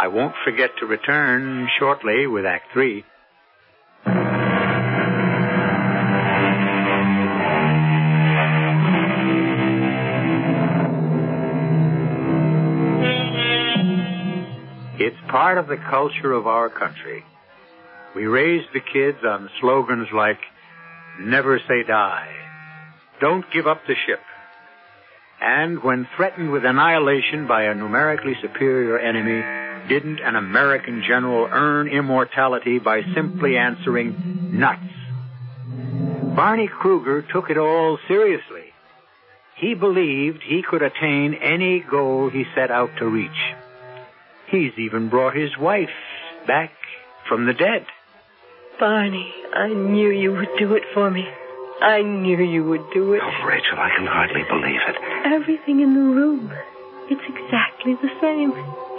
[SPEAKER 1] I won't forget to return shortly with Act Three. It's part of the culture of our country. We raise the kids on slogans like, never say die, don't give up the ship. And when threatened with annihilation by a numerically superior enemy, didn't an American general earn immortality by simply answering nuts? Barney Kruger took it all seriously. He believed he could attain any goal he set out to reach. He's even brought his wife back from the dead.
[SPEAKER 6] Barney, I knew you would do it for me. I knew you would do it.
[SPEAKER 4] Oh, Rachel, I can hardly believe it.
[SPEAKER 6] Everything in the room. It's exactly the same.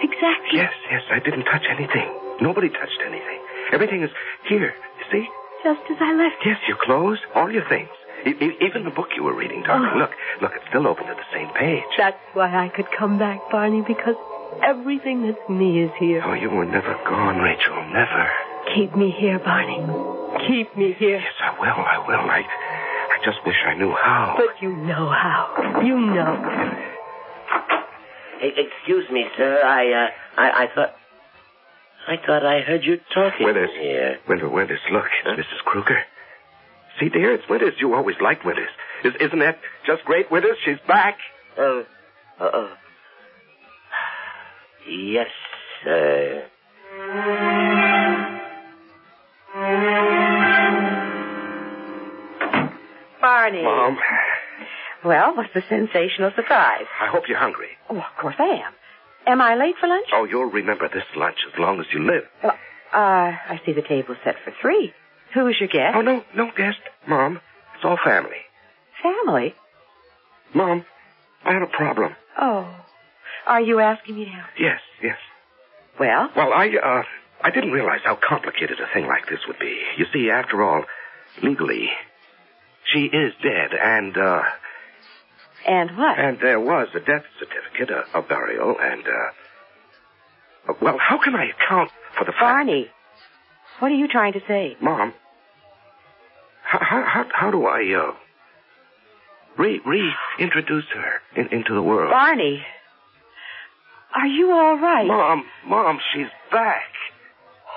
[SPEAKER 6] Exactly.
[SPEAKER 4] Yes, yes, I didn't touch anything. Nobody touched anything. Everything is here. You see?
[SPEAKER 6] Just as I left it.
[SPEAKER 4] Yes, your clothes, all your things. E- e- even the book you were reading, darling.
[SPEAKER 6] Oh.
[SPEAKER 4] Look, look, it's still open to the same page.
[SPEAKER 6] That's why I could come back, Barney, because everything that's me is here.
[SPEAKER 4] Oh, you were never gone, Rachel. Never.
[SPEAKER 6] Keep me here, Barney. Keep me here.
[SPEAKER 4] Yes, I will. I will. I, I just wish I knew how.
[SPEAKER 6] But you know how. You know.
[SPEAKER 9] E- Excuse me, sir. I, uh, I, I thought, I thought I heard you talking
[SPEAKER 4] Withers.
[SPEAKER 9] here.
[SPEAKER 4] Winter, Winters, look, it's Mrs. Kruger. See, dear, it's Winters. You always liked Winters. Is, isn't that just great, Winters? She's back. Uh,
[SPEAKER 9] Um, uh-oh. Yes, sir.
[SPEAKER 5] Barney.
[SPEAKER 4] Mom,
[SPEAKER 5] Well, what's the sensational surprise?
[SPEAKER 4] I hope you're hungry.
[SPEAKER 5] Oh, of course I am. Am I late for lunch?
[SPEAKER 4] Oh, you'll remember this lunch as long as you live.
[SPEAKER 5] Well, uh, I see the table's set for three. Who's your guest?
[SPEAKER 4] Oh, no, no guest. Mom, it's all family. Oh.
[SPEAKER 5] Family.
[SPEAKER 4] Mom, I have a problem.
[SPEAKER 5] Oh. Are you asking me now?
[SPEAKER 4] Yes, yes.
[SPEAKER 5] Well,
[SPEAKER 4] Well, I, uh, I didn't realize how complicated a thing like this would be. You see, after all, legally, she is dead, and, uh,
[SPEAKER 5] and what?
[SPEAKER 4] and there was a death certificate, a, a burial, and, uh, uh, well, how can I account for the fact...
[SPEAKER 5] Barney, what are you trying to say?
[SPEAKER 4] Mom, how, how, how, how do I, uh, re, reintroduce her in, into the world?
[SPEAKER 5] Barney, are you all right?
[SPEAKER 4] Mom, Mom, she's back.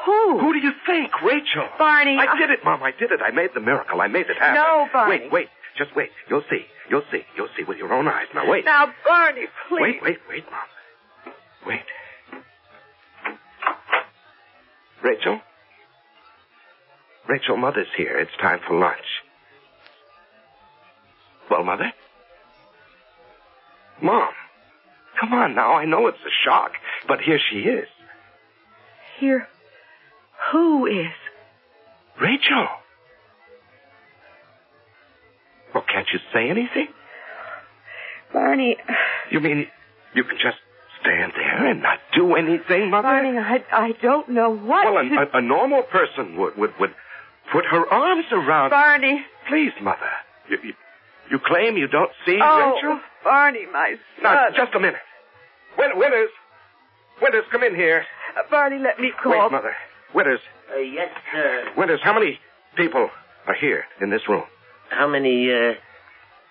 [SPEAKER 5] Who?
[SPEAKER 4] Who do you think? Rachel.
[SPEAKER 5] Barney,
[SPEAKER 4] I
[SPEAKER 5] I-
[SPEAKER 4] did it, Mom. I did it. I made the miracle. I made it happen.
[SPEAKER 5] No, Barney.
[SPEAKER 4] Wait, wait. Just wait. You'll see. You'll see. You'll see with your own eyes. Now, wait.
[SPEAKER 5] Now, Barney, please.
[SPEAKER 4] wait, wait, wait, Mom. Wait. Rachel? Rachel, Mother's here. It's time for lunch. Well, Mother? Mom, come on now. I know it's a shock, but here she is.
[SPEAKER 6] Here. Who is?
[SPEAKER 4] Rachel. Well, can't you say anything?
[SPEAKER 5] Barney,
[SPEAKER 4] You mean you can just stand there and not do anything, Mother?
[SPEAKER 5] Barney, I, I don't know what
[SPEAKER 4] well,
[SPEAKER 5] to...
[SPEAKER 4] a, a, a normal person would, would, would put her arms around.
[SPEAKER 5] Barney.
[SPEAKER 4] Please, Mother. You, you, you claim you don't see
[SPEAKER 5] Oh, uh,
[SPEAKER 4] Rachel?
[SPEAKER 5] Barney, my son.
[SPEAKER 4] Now, just a minute. Win- Winters. Winters, come in here.
[SPEAKER 5] Uh, Barney, let me call.
[SPEAKER 4] Wait, Mother. Winters.
[SPEAKER 9] Uh, yes, sir.
[SPEAKER 4] Winters, how many people are here in this room?
[SPEAKER 9] How many, uh,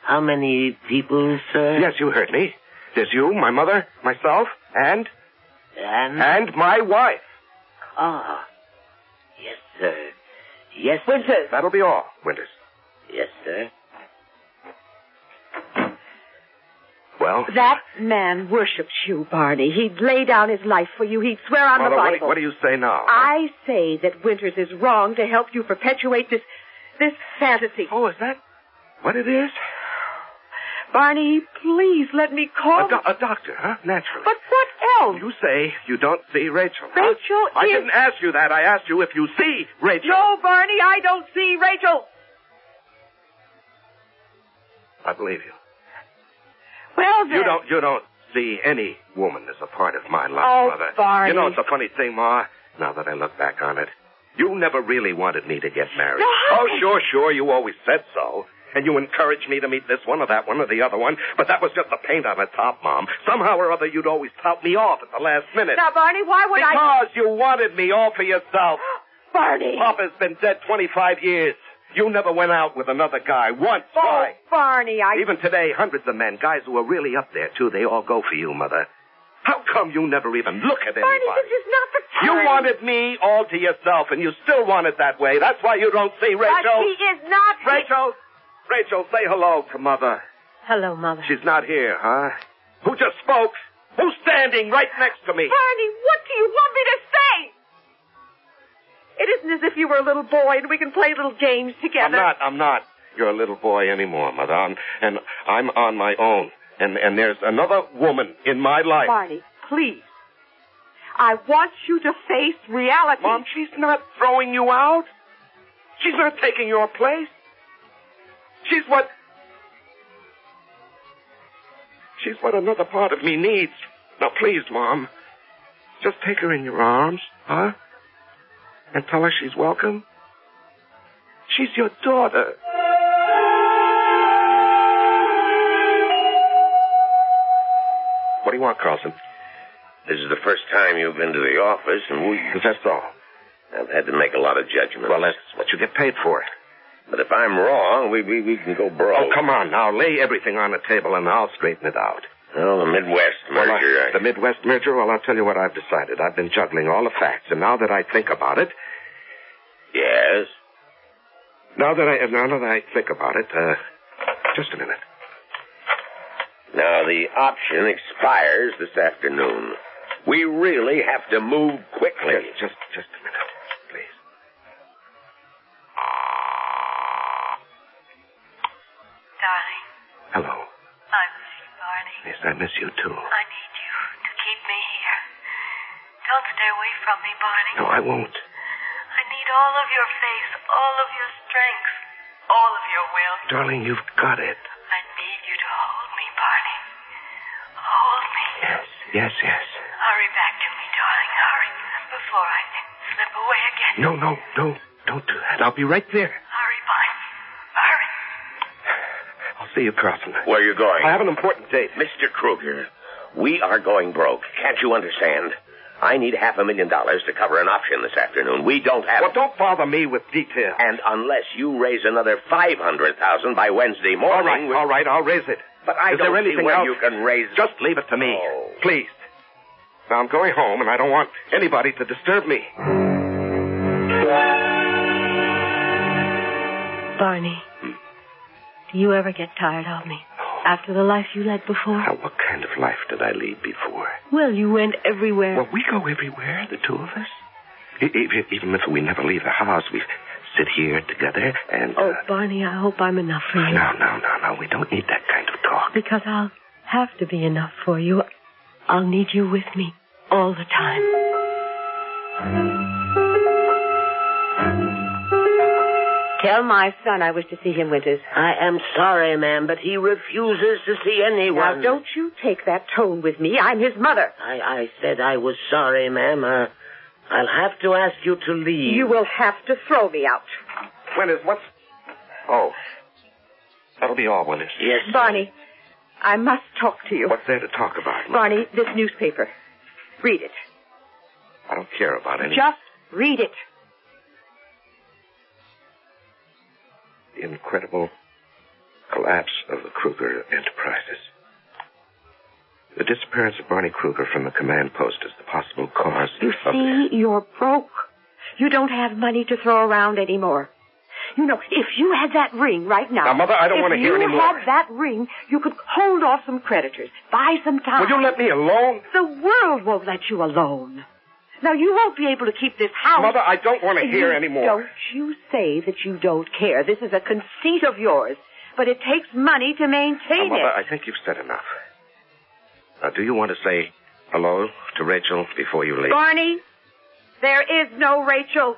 [SPEAKER 9] how many people, sir?
[SPEAKER 4] Yes, you heard me. There's you, my mother, myself, and
[SPEAKER 9] And?
[SPEAKER 4] and my wife.
[SPEAKER 9] Ah. Yes, sir. Yes,
[SPEAKER 5] Winters.
[SPEAKER 4] That'll be all, Winters.
[SPEAKER 9] Yes, sir.
[SPEAKER 4] Well,
[SPEAKER 5] That man worships you, Barney. He'd lay down his life for you. He'd swear on
[SPEAKER 4] Mother,
[SPEAKER 5] the
[SPEAKER 4] what do,
[SPEAKER 5] Bible.
[SPEAKER 4] what do you say now?
[SPEAKER 5] I say that Winters is wrong to help you perpetuate this this fantasy.
[SPEAKER 4] Oh, is that what it is?
[SPEAKER 5] Barney, please let me call.
[SPEAKER 4] A, do- a doctor, huh? Naturally.
[SPEAKER 5] Oh. but what else?
[SPEAKER 4] you say you don't see Rachel. huh?
[SPEAKER 5] Rachel
[SPEAKER 4] I
[SPEAKER 5] is-
[SPEAKER 4] didn't ask you that. I asked you if you see Rachel.
[SPEAKER 5] No, Barney, I don't see Rachel.
[SPEAKER 4] I believe you.
[SPEAKER 5] Well then.
[SPEAKER 4] You don't. You don't see any woman as a part of my life,
[SPEAKER 5] Oh,
[SPEAKER 4] mother.
[SPEAKER 5] Barney.
[SPEAKER 4] You know it's a funny thing, Ma. Now that I look back on it, you never really wanted me to get married.
[SPEAKER 5] No, I-
[SPEAKER 4] Oh, sure, sure. You always said so. And you encouraged me to meet this one or that one or the other one, but that was just the paint on the top, Mom. Somehow or other, you'd always tout me off at the last minute.
[SPEAKER 5] Now, Barney, why would I?
[SPEAKER 4] because you wanted me all for yourself.
[SPEAKER 5] Barney.
[SPEAKER 4] Papa's been dead 25 years. You never went out with another guy once.
[SPEAKER 5] Oh,
[SPEAKER 4] Why?
[SPEAKER 5] Barney, I.
[SPEAKER 4] Even today, hundreds of men, guys who are really up there, too, they all go for you, Mother. How come you never even look at
[SPEAKER 5] Barney,
[SPEAKER 4] anybody?
[SPEAKER 5] this is not the time.
[SPEAKER 4] You wanted me all to yourself, and you still want it that way. That's why you don't see
[SPEAKER 5] But
[SPEAKER 4] Rachel.
[SPEAKER 5] he is not.
[SPEAKER 4] Rachel! Rachel, say hello to Mother.
[SPEAKER 6] Hello, Mother.
[SPEAKER 4] She's not here, huh? Who just spoke? Who's standing right next to me?
[SPEAKER 5] Barney, what do you want me to say? It isn't as if you were a little boy and we can play little games
[SPEAKER 4] I'm
[SPEAKER 5] together.
[SPEAKER 4] not. I'm not your little boy anymore, Mother. I'm, and I'm on my own. And and there's another woman in my life.
[SPEAKER 5] Barney, please. I want you to face reality.
[SPEAKER 4] Mom, she's not throwing you out. She's not taking your place. She's what. She She's what another part of me needs. Now, please, Mom, just take her in your arms, huh? And tell her she's welcome. She's your daughter. What do you want, Carlson?
[SPEAKER 3] This is the first time you've been to the office, and we.
[SPEAKER 4] That's all.
[SPEAKER 3] I've had to make a lot of judgments.
[SPEAKER 4] Well, that's what you get paid for.
[SPEAKER 3] But if I'm wrong, we, we, we can go broke.
[SPEAKER 4] Oh, come on now. Lay everything on the table, and I'll straighten it out.
[SPEAKER 3] Well, the Midwest
[SPEAKER 4] Well,
[SPEAKER 3] merger.
[SPEAKER 4] I-
[SPEAKER 3] I-
[SPEAKER 4] the Midwest merger, well, I'll tell you what I've decided. I've been juggling all the facts, and now that I think about it,
[SPEAKER 3] Yes.
[SPEAKER 4] now that I now that I think about it, uh, just a minute.
[SPEAKER 3] Now, the option expires this afternoon. We really have to move quickly.
[SPEAKER 4] Just, just, just a minute, please.
[SPEAKER 10] Darling,
[SPEAKER 4] Hello.
[SPEAKER 10] I miss you, Barney.
[SPEAKER 4] Yes, I miss you too.
[SPEAKER 10] I need you to keep me here. Don't stay away from me, Barney.
[SPEAKER 4] No, I won't.
[SPEAKER 10] I need all of your face, all of your strength, all of your will.
[SPEAKER 4] Darling, you've got it.
[SPEAKER 10] I need you to hold me, Barney. Hold me.
[SPEAKER 4] Yes, yes, yes.
[SPEAKER 10] Hurry back to me, darling. Hurry before I slip away again.
[SPEAKER 4] No, no, no, don't do that. I'll be right there.
[SPEAKER 10] Hurry, Barney. Hurry.
[SPEAKER 4] I'll see you, Carlson.
[SPEAKER 3] Where are you going?
[SPEAKER 4] I have an important date.
[SPEAKER 3] Mr. Kruger, we are going broke. Can't you understand? I need half a million dollars to cover an option this afternoon. We don't have
[SPEAKER 4] Well,
[SPEAKER 3] it.
[SPEAKER 4] don't bother me with details.
[SPEAKER 3] And unless you raise another five hundred thousand by Wednesday morning,
[SPEAKER 4] All right,
[SPEAKER 3] we-
[SPEAKER 4] all right, I'll raise it.
[SPEAKER 3] But I
[SPEAKER 4] Is
[SPEAKER 3] don't
[SPEAKER 4] there
[SPEAKER 3] see
[SPEAKER 4] anything
[SPEAKER 3] where
[SPEAKER 4] else?
[SPEAKER 3] you can raise.
[SPEAKER 4] Just leave it to me,
[SPEAKER 3] Oh.
[SPEAKER 4] please. Now I'm going home, and I don't want anybody to disturb me.
[SPEAKER 6] Barney, do you ever get tired of me? After the life you led before?
[SPEAKER 4] Now, what kind of life did I lead before?
[SPEAKER 6] Well, you went everywhere.
[SPEAKER 4] Well, we go everywhere, the two of us. E- e- Even if we never leave the house, we sit here together and.
[SPEAKER 6] oh,
[SPEAKER 4] uh,
[SPEAKER 6] Barney, I hope I'm enough for you.
[SPEAKER 4] no, no, no, no. We don't need that kind of talk.
[SPEAKER 6] Because I'll have to be enough for you. I'll need you with me all the time.
[SPEAKER 5] Tell my son I wish to see him, Winters.
[SPEAKER 9] I am sorry, ma'am, but he refuses to see
[SPEAKER 5] Now,
[SPEAKER 9] anyone.
[SPEAKER 5] don't you take that tone with me. I'm his mother.
[SPEAKER 9] I, I said I was sorry, ma'am. Uh, I'll have to ask you to
[SPEAKER 4] Hmm.
[SPEAKER 9] leave.
[SPEAKER 5] You will have to throw me out.
[SPEAKER 4] Winters, what's. Oh. That'll be all, Winters.
[SPEAKER 9] Yes.
[SPEAKER 5] Barney, I must talk to you.
[SPEAKER 4] What's there to talk about?
[SPEAKER 5] Barney, this newspaper. Read it.
[SPEAKER 4] I don't care about any.
[SPEAKER 5] Just read it.
[SPEAKER 4] the incredible collapse of the Kruger Enterprises. The disappearance of Barney Kruger from the command post is the possible cause
[SPEAKER 5] You
[SPEAKER 4] of
[SPEAKER 5] see, you're broke. You don't have money to throw around anymore. You know, if you had that ring right now.
[SPEAKER 4] Now, Mother, I don't
[SPEAKER 5] if
[SPEAKER 4] wanna hear
[SPEAKER 5] you
[SPEAKER 4] any more.
[SPEAKER 5] had that ring, you could hold off some creditors, buy some time.
[SPEAKER 4] Will you let me alone?
[SPEAKER 5] The world won't let you alone. Now, you won't be able to keep this house.
[SPEAKER 4] Mother, I don't want to hear
[SPEAKER 5] You-
[SPEAKER 4] any more.
[SPEAKER 5] Don't you say that you don't care. This is a conceit of yours. But it takes money to
[SPEAKER 4] Now,
[SPEAKER 5] maintain
[SPEAKER 4] Mother,
[SPEAKER 5] it.
[SPEAKER 4] I think you've said enough. Now, do you want to say hello to Rachel before you leave?
[SPEAKER 5] Barney, there is no Rachel.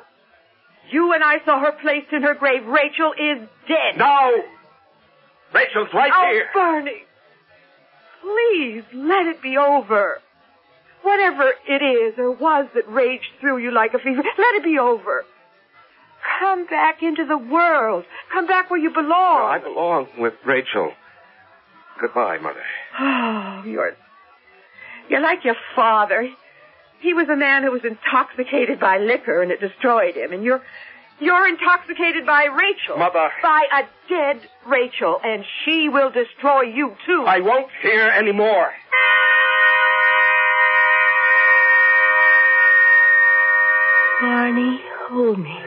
[SPEAKER 5] You and I saw her placed in her grave. Rachel is dead.
[SPEAKER 4] No! Rachel's right
[SPEAKER 5] oh,
[SPEAKER 4] here.
[SPEAKER 5] Barney, please let it be over. Whatever it is or was that raged through you like a fever, let it be over. Come back into the world. Come back where you belong.
[SPEAKER 4] I belong with Rachel. Goodbye, Mother.
[SPEAKER 5] Oh, you're you're like your father. He was a man who was intoxicated by liquor and it destroyed him, and you're you're intoxicated by Rachel.
[SPEAKER 4] Mother.
[SPEAKER 5] By a dead Rachel, and she will destroy you too.
[SPEAKER 4] I won't hear any more.
[SPEAKER 6] Barney, hold me.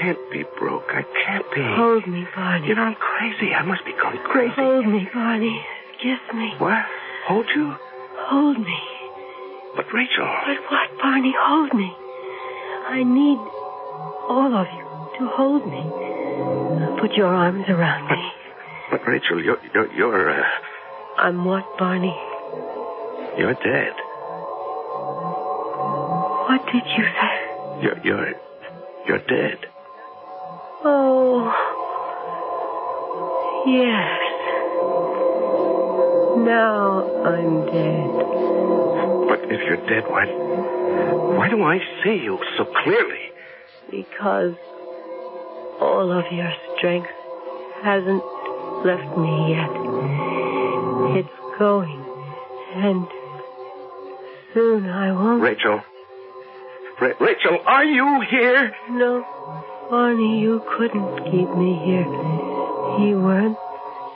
[SPEAKER 4] Can't be broke. I can't be.
[SPEAKER 6] Hold me, Barney.
[SPEAKER 4] You know, I'm crazy. I must be going crazy.
[SPEAKER 6] Hold me, Barney. Kiss me.
[SPEAKER 4] What? Hold you?
[SPEAKER 6] Hold me.
[SPEAKER 4] But Rachel.
[SPEAKER 6] But what, Barney? Hold me. I need all of you to hold me. Put your arms around me.
[SPEAKER 4] But Rachel, you're you're you're, uh,
[SPEAKER 6] I'm what, Barney?
[SPEAKER 4] you're dead.
[SPEAKER 6] What did you say?
[SPEAKER 4] You're you're you're dead.
[SPEAKER 6] Oh. Yes. Now I'm dead.
[SPEAKER 3] But if you're dead, why? Why do I see you so clearly?
[SPEAKER 6] Because all of your strength hasn't left me yet. It's going. And soon I won't.
[SPEAKER 3] Rachel. Ra- Rachel, are you here?
[SPEAKER 6] No, Barney, you couldn't keep me here. You weren't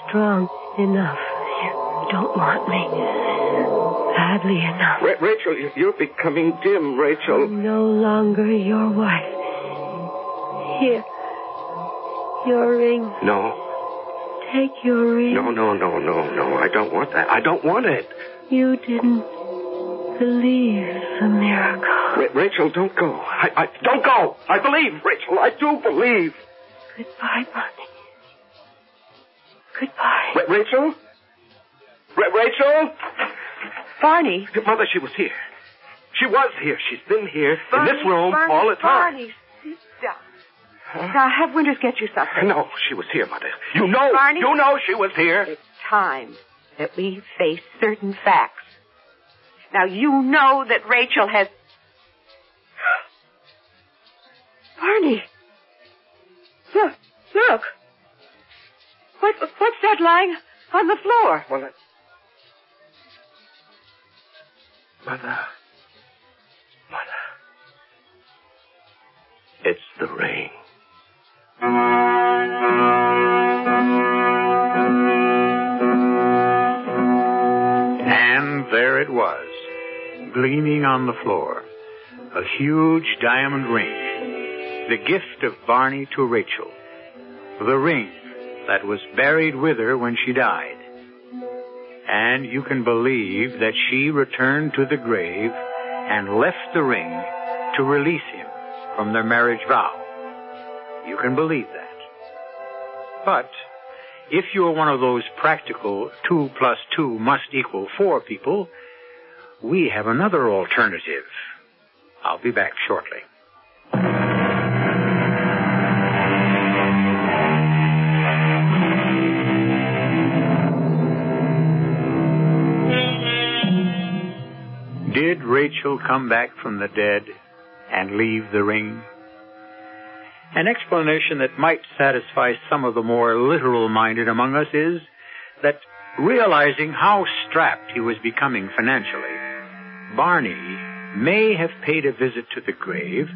[SPEAKER 6] strong enough. You don't want me badly enough.
[SPEAKER 3] Ra- Rachel, you- you're becoming dim, Rachel.
[SPEAKER 6] I'm no longer your wife. Here, your ring.
[SPEAKER 3] No,
[SPEAKER 6] Take your ring.
[SPEAKER 3] no, no, no, no, no. I don't want that. I don't want it.
[SPEAKER 6] You didn't believe the miracle.
[SPEAKER 3] Ra- Rachel, don't go. I, I don't go. I believe, Rachel. I do believe.
[SPEAKER 6] Goodbye, Barney. Goodbye.
[SPEAKER 3] Ra- Rachel. Ra- Rachel.
[SPEAKER 5] Barney.
[SPEAKER 3] Your mother, she was here. She was here. She's been here in this
[SPEAKER 5] Barney,
[SPEAKER 3] room
[SPEAKER 5] Barney,
[SPEAKER 3] all the time.
[SPEAKER 5] Barney, sit down. Now have Winters get you something.
[SPEAKER 3] No, she was here, Mother. You know,
[SPEAKER 5] Barney?
[SPEAKER 3] you know she was here.
[SPEAKER 5] It's time that we face certain facts. Now you know that Rachel has. Barney, look, look. What, what's that lying on the floor?
[SPEAKER 3] Well, that... Mother, Mother, it's the ring.
[SPEAKER 1] And there it was, gleaming on the floor. A huge diamond ring. The gift of Barney to Rachel. The ring that was buried with her when she died. And you can believe that she returned to the grave and left the ring to release him from their marriage vow. You can believe that. But if you're one of those practical two plus two must equal four people, we have another alternative. I'll be back shortly. Did Rachel come back from the dead and leave the ring? An explanation that might satisfy some of the more literal minded among us is that realizing how strapped he was becoming financially, Barney may have paid a visit to the grave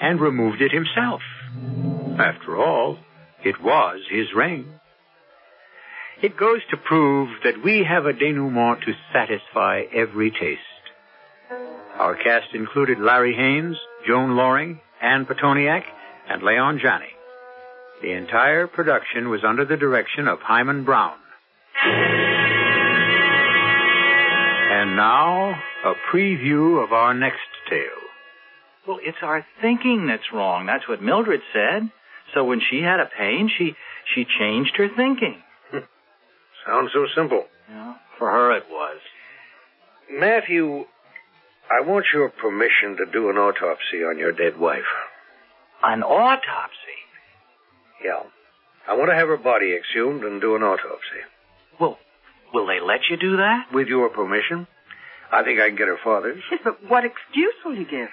[SPEAKER 1] and removed it himself. After all, it was his ring. It goes to prove that we have a denouement to satisfy every taste. Our cast included Larry Haynes, Joan Loring, Ann Petoniak, and Leon Janney. The entire production was under the direction of Hyman Brown. And now, a preview of our next tale.
[SPEAKER 11] Well, it's our thinking that's wrong. That's what Mildred said. So when she had a pain, she she changed her thinking.
[SPEAKER 4] Sounds so simple.
[SPEAKER 11] Yeah, for her it was.
[SPEAKER 4] Matthew, I want your permission to do an autopsy on your dead wife.
[SPEAKER 11] An autopsy.
[SPEAKER 4] Yeah. I want to have her body exhumed and do an autopsy.
[SPEAKER 11] Well, will they let you do that?
[SPEAKER 4] With your permission, I think I can get her father's.
[SPEAKER 5] Yes, but what excuse will you give?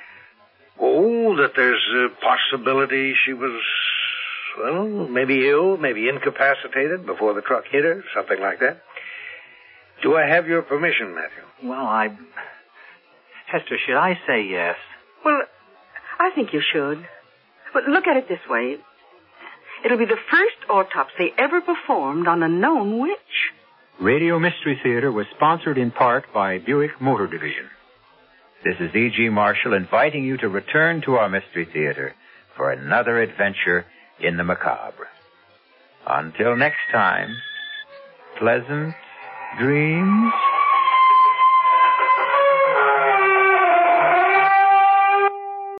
[SPEAKER 4] Oh, that there's a possibility she was, well, maybe ill, maybe incapacitated before the truck hit her, something like that. Do I have your permission, Matthew?
[SPEAKER 11] Well, I. Hester, should I say yes?
[SPEAKER 5] Well, I think you should. But look at it this way. It'll be the first autopsy ever performed on a known witch.
[SPEAKER 1] Radio Mystery Theater was sponsored in part by Buick Motor Division. This is E.G. Marshall inviting you to return to our Mystery Theater for another adventure in the macabre. Until next time, pleasant dreams.